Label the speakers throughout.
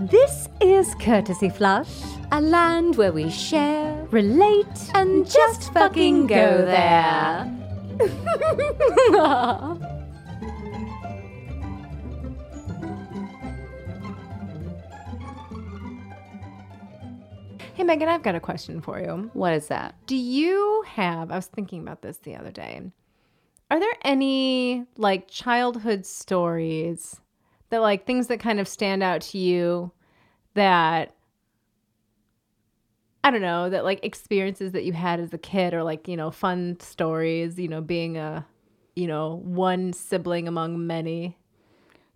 Speaker 1: This is Courtesy Flush, a land where we share, relate, and just, fucking go there.
Speaker 2: Hey, Megan, I've got a question for you.
Speaker 1: What is that?
Speaker 2: Do you have, I was thinking about this the other day, are there any like childhood stories that like things that kind of stand out to you that I don't know, that like experiences that you had as a kid or like, you know, fun stories, you know, being a, you know, one sibling among many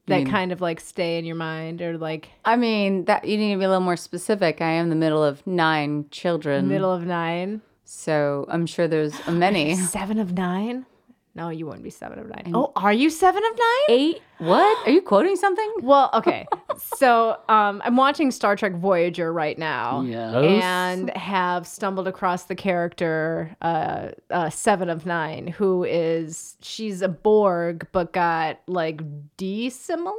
Speaker 2: that
Speaker 3: mean-
Speaker 2: kind of like stay in your mind or like
Speaker 3: I mean, that you need to be a little more specific. I am the middle of nine children,
Speaker 2: middle of nine?
Speaker 3: so I'm sure there's a many.
Speaker 2: Seven of nine? No, you wouldn't be seven of nine. Oh, are you seven of nine?
Speaker 3: Mm. Eight? What? Are you quoting something?
Speaker 2: Well, okay. so um, I'm watching Star Trek Voyager right now.
Speaker 3: Yes.
Speaker 2: And have stumbled across the character uh, uh, Seven of Nine, who is she's a Borg, but got like desimilated.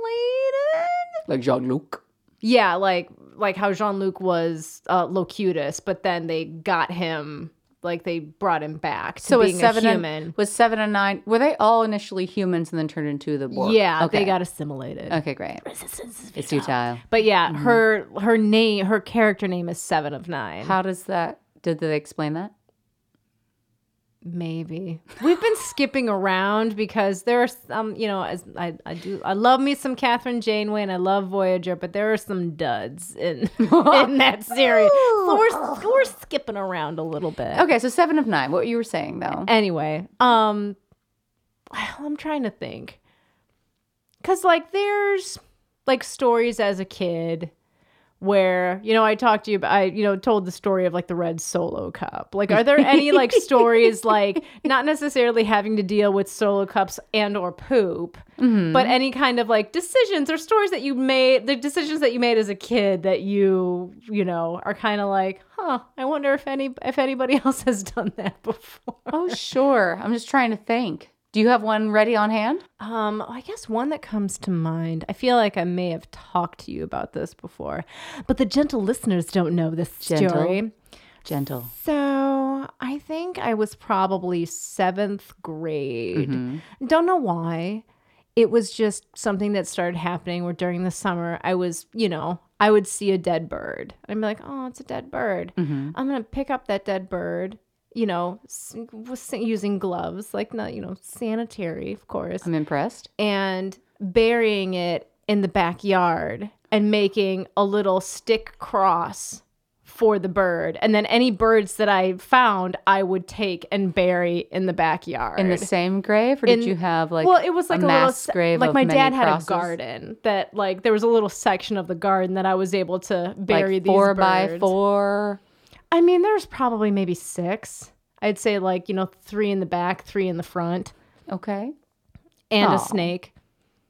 Speaker 3: Like Jean Luc.
Speaker 2: Yeah, like like how Jean Luc was uh, Locutus, but then they got him, like they brought him back to
Speaker 3: So
Speaker 2: being
Speaker 3: was seven
Speaker 2: a
Speaker 3: and
Speaker 2: human.
Speaker 3: was seven and nine. Were they all initially humans and then turned into the Borg?
Speaker 2: Yeah,
Speaker 3: Okay.
Speaker 2: they got assimilated.
Speaker 3: Okay, great. It's Mm-hmm. futile.
Speaker 2: But yeah, her her name her character name is Seven of Nine.
Speaker 3: How does that? Did they explain that?
Speaker 2: Maybe we've been skipping around because there are some you know as I, I do I love me some Catherine Janeway and I love Voyager, but there are some duds in in that series. So we're we're skipping around a little bit.
Speaker 3: Okay, so seven of nine. What you were saying though?
Speaker 2: Anyway, um, well, I'm trying to think, cause like there's like stories as a kid where you know I talked to you about I you know told the story of like the red solo cup. Like, are there any like stories like not necessarily having to deal with solo cups and or poop, but any kind of like decisions or stories that you made, the decisions that you made as a kid that you you know are kind of like, huh? I wonder if any if anybody else has done that before.
Speaker 3: Oh sure. I'm just trying to think. Do you have one ready on hand?
Speaker 2: Um, I guess one that comes to mind. I feel like I may have talked to you about this before, but the gentle listeners don't know this
Speaker 3: Gentle.
Speaker 2: story.
Speaker 3: Gentle.
Speaker 2: So I think I was probably seventh grade. Don't know why. It was just something that started happening where during the summer I was, you know, I would see a dead bird. I'd be like, oh, it's a dead bird. I'm going to pick up that dead bird, you know, s- with s- using gloves, like not, you know, sanitary, of course
Speaker 3: I'm impressed.
Speaker 2: and burying it in the backyard and making a little stick cross for the bird. And then any birds that I found, I would take and bury in the backyard.
Speaker 3: In the same grave, or did
Speaker 2: In-
Speaker 3: you have like?
Speaker 2: well, it was like a, little
Speaker 3: mass
Speaker 2: se-
Speaker 3: grave.
Speaker 2: Like
Speaker 3: of
Speaker 2: my
Speaker 3: many
Speaker 2: dad had
Speaker 3: crosses?
Speaker 2: a garden that, like, there was a little section of the garden that I was able to bury
Speaker 3: like
Speaker 2: these
Speaker 3: four
Speaker 2: birds.
Speaker 3: by four.
Speaker 2: I mean, there's probably maybe six. I'd say like you know three in the back, three in the front,
Speaker 3: Okay.
Speaker 2: and
Speaker 3: Aw.
Speaker 2: a snake.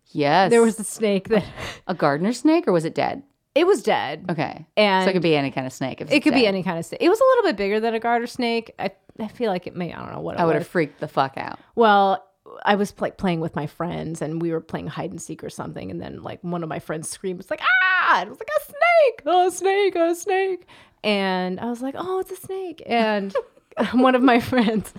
Speaker 3: Yes.
Speaker 2: There was a snake that
Speaker 3: a gardener snake, or was it dead?
Speaker 2: it was dead.
Speaker 3: Okay.
Speaker 2: And
Speaker 3: so it could be any kind of snake. If
Speaker 2: It
Speaker 3: it's
Speaker 2: could be
Speaker 3: dead.
Speaker 2: any kind of snake. It was a little bit bigger than a garter snake. I, I feel like it may, I don't know what it
Speaker 3: I would
Speaker 2: was.
Speaker 3: have freaked the fuck out.
Speaker 2: Well, I was like playing with my friends and we were playing hide and seek or something. And then like one of my friends screamed, it's like, ah, and it was like a snake, oh, a snake, oh, a snake. And I was like, oh, it's a snake. And one of my friends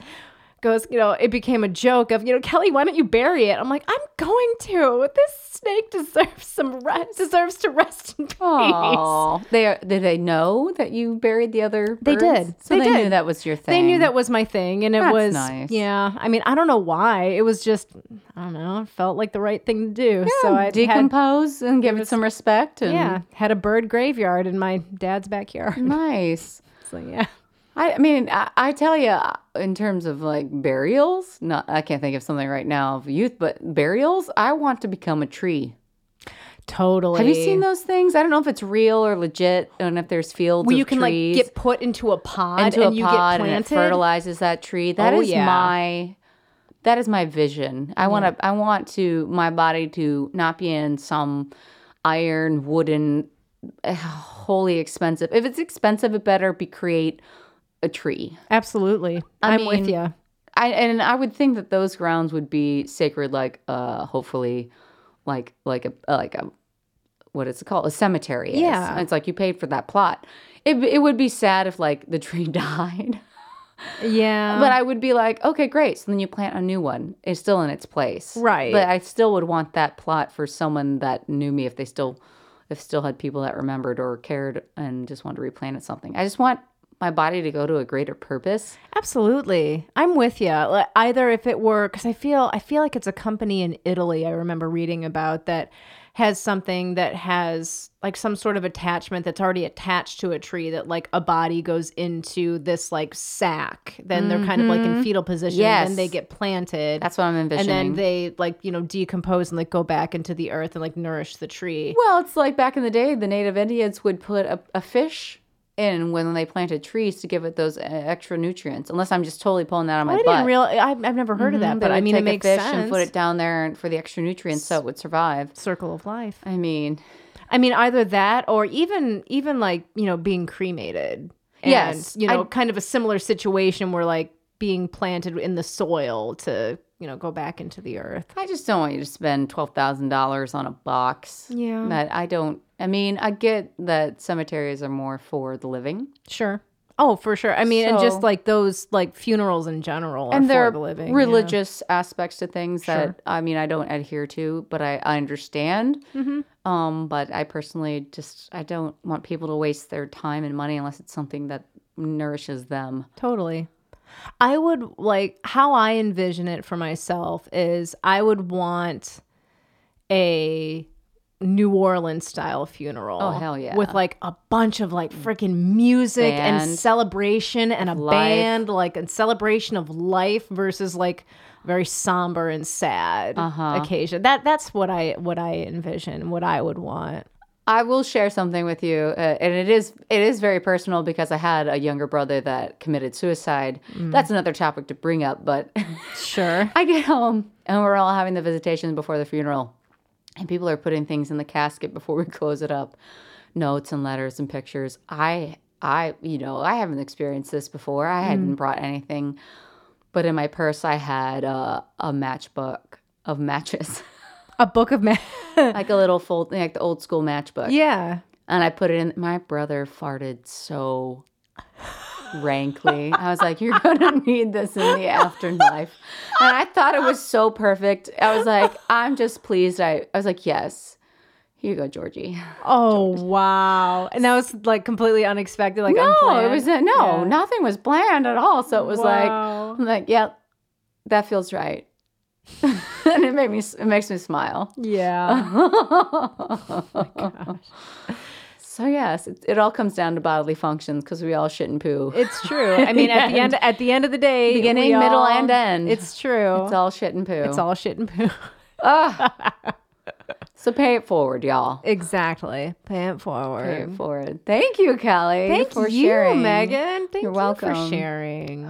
Speaker 2: goes, you know, it became a joke of, you know, Kelly, why don't you bury it? I'm like, I'm going to. This snake deserves some rest, deserves to rest in peace.
Speaker 3: Oh, they are, did they know that you buried the other?
Speaker 2: They
Speaker 3: birds?
Speaker 2: did. They
Speaker 3: So they,
Speaker 2: did.
Speaker 3: knew that was your
Speaker 2: They
Speaker 3: thing.
Speaker 2: knew that was my thing, and it
Speaker 3: That's
Speaker 2: was
Speaker 3: nice.
Speaker 2: yeah. I mean, I don't know why. It was just I don't know. It felt like the right thing to do. so I had,
Speaker 3: decompose and give it some respect. And
Speaker 2: yeah had a bird graveyard in my dad's backyard.
Speaker 3: nice.
Speaker 2: So yeah,
Speaker 3: I, I mean, I, I tell you, in terms of like burials, not I can't think of something right now of youth, but burials. I want to become a tree.
Speaker 2: totally.
Speaker 3: Have you seen those things? I don't know if it's real or legit, and if there's fields.
Speaker 2: Where
Speaker 3: of
Speaker 2: you can
Speaker 3: trees.
Speaker 2: like get put into a pod
Speaker 3: into
Speaker 2: and
Speaker 3: a
Speaker 2: you get
Speaker 3: pod and it
Speaker 2: planted.
Speaker 3: fertilizes that tree. That is
Speaker 2: Oh, yeah.
Speaker 3: my that is my vision. I want to I want to my body to not be in some iron wooden eh, wholly expensive. If it's expensive, it better be create a tree.
Speaker 2: Absolutely,
Speaker 3: I
Speaker 2: I'm with
Speaker 3: mean,
Speaker 2: you.
Speaker 3: I and I would think that those grounds would be sacred, like uh, hopefully, like like a like a what it's called a cemetery is.
Speaker 2: Yeah.
Speaker 3: it's like you paid for that plot it, it would be sad if like the tree died
Speaker 2: Yeah.
Speaker 3: but i would be like okay great so then you plant a new one it's still in its place
Speaker 2: Right.
Speaker 3: but i still would want that plot for someone that knew me if they still if still had people that remembered or cared and just wanted to replant it something i just want my body to go to a greater purpose
Speaker 2: Absolutely. I'm with you. Either if it were cuz I feel I feel like it's a company in Italy I remember reading about that has something that has like some sort of attachment that's already attached to a tree that like a body goes into this like sack. Then they're kind of like in fetal position and
Speaker 3: Yes.
Speaker 2: then they get planted.
Speaker 3: that's what i'm
Speaker 2: and
Speaker 3: envisioning
Speaker 2: then they like, you know, decompose and like go back into the earth and like nourish the tree.
Speaker 3: Well, it's like back in the day, the native Indians would put a, a fish in when they planted trees to give it those uh, extra nutrients. Unless I'm just totally pulling that on my
Speaker 2: I
Speaker 3: butt. Mm-hmm.
Speaker 2: didn't real I I've never heard of that,
Speaker 3: They
Speaker 2: but I
Speaker 3: would
Speaker 2: mean
Speaker 3: take
Speaker 2: it makes
Speaker 3: a fish
Speaker 2: sense.
Speaker 3: and put it down there and for the extra nutrients, so it would survive.
Speaker 2: Circle of life.
Speaker 3: I mean,
Speaker 2: I mean, either that or even even like you know being cremated. And,
Speaker 3: Yes,
Speaker 2: you know,
Speaker 3: I-
Speaker 2: kind of a similar situation where like being planted in the soil to you know go back into the earth.
Speaker 3: I just don't want you to spend twelve thousand dollars on a box.
Speaker 2: Yeah.
Speaker 3: that I don't. I mean, I get that cemeteries are more for the living,
Speaker 2: Sure. Oh, for sure. I mean, and
Speaker 3: So-
Speaker 2: just like those like funerals in general, are
Speaker 3: and there
Speaker 2: for
Speaker 3: are
Speaker 2: the living, yeah.
Speaker 3: religious aspects to things
Speaker 2: Sure.
Speaker 3: that I mean I don't adhere to, but I, I understand.
Speaker 2: Mm-hmm.
Speaker 3: Um, but I personally just I don't want people to waste their time and money unless it's something that nourishes them.
Speaker 2: Totally. I would like how I envision it for myself is I would want a New Orleans style funeral.
Speaker 3: Oh, hell yeah.
Speaker 2: With like a bunch of like freaking music and
Speaker 3: Band.
Speaker 2: celebration and a
Speaker 3: life.
Speaker 2: band, like a celebration of life versus like very somber and sad
Speaker 3: Uh-huh.
Speaker 2: occasion. That that's what I what I envision, what I would want.
Speaker 3: I will share something with you, uh, and it is it is very personal because I had a younger brother that committed suicide.
Speaker 2: Mm.
Speaker 3: That's another topic to bring up, but
Speaker 2: Sure.
Speaker 3: I get home and we're all having the visitation before the funeral. And people are putting things in the casket before we close it up. Notes and letters and pictures. I I you know, I haven't experienced this before. I hadn't brought anything. But in my purse I had uh, a matchbook of matches.
Speaker 2: a book of ma-
Speaker 3: like a little fold like the old school matchbook.
Speaker 2: Yeah.
Speaker 3: And I put it in my brother farted so rankly. I was like, You're gonna need this in the afterlife. And I thought it was so perfect. I was like, I'm just pleased. I, I was like, Yes. Here you go, Georgie.
Speaker 2: Oh wow! And that was like completely unexpected, like
Speaker 3: No,
Speaker 2: unplanned.
Speaker 3: it was no, nothing was planned at all. So it was
Speaker 2: Wow.
Speaker 3: like I'm like, Yep, that feels right. and it made me it makes me smile.
Speaker 2: yeah.
Speaker 1: Uh-huh.
Speaker 3: So yes, it, it all comes down to bodily functions because we all shit and poo.
Speaker 2: It's true. I mean, at the end, at the end of the day,
Speaker 3: Beginning,
Speaker 2: we
Speaker 3: middle,
Speaker 2: all-
Speaker 3: and end.
Speaker 2: It's true.
Speaker 3: It's all shit and poo.
Speaker 2: It's all shit and poo.
Speaker 3: So pay it forward, y'all.
Speaker 2: exactly. Pay it
Speaker 3: Pay
Speaker 2: forward.
Speaker 3: it forward. Thank you, Kelly.
Speaker 2: Thank
Speaker 3: for
Speaker 2: you,
Speaker 3: sharing.
Speaker 2: Megan. Thank you for
Speaker 3: You're welcome.
Speaker 2: sharing.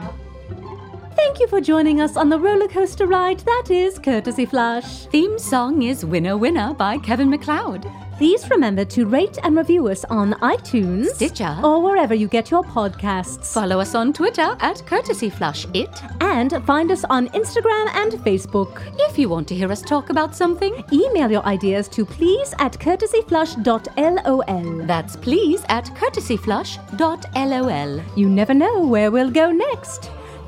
Speaker 1: Thank you for joining us on the roller coaster ride that is Courtesy Flush.
Speaker 3: Theme song is Winner Winner by Kevin McLeod.
Speaker 1: Please remember to rate and review us on iTunes,
Speaker 3: Stitcher.
Speaker 1: or wherever you get your podcasts.
Speaker 3: Follow us on Twitter at Courtesy Flush It.
Speaker 1: And find us on Instagram and Facebook.
Speaker 3: If you want to hear us talk about something,
Speaker 1: Email your ideas to please at courtesyflush.lol.
Speaker 3: that's please at courtesyflush.lol.
Speaker 1: You never know where we'll go next.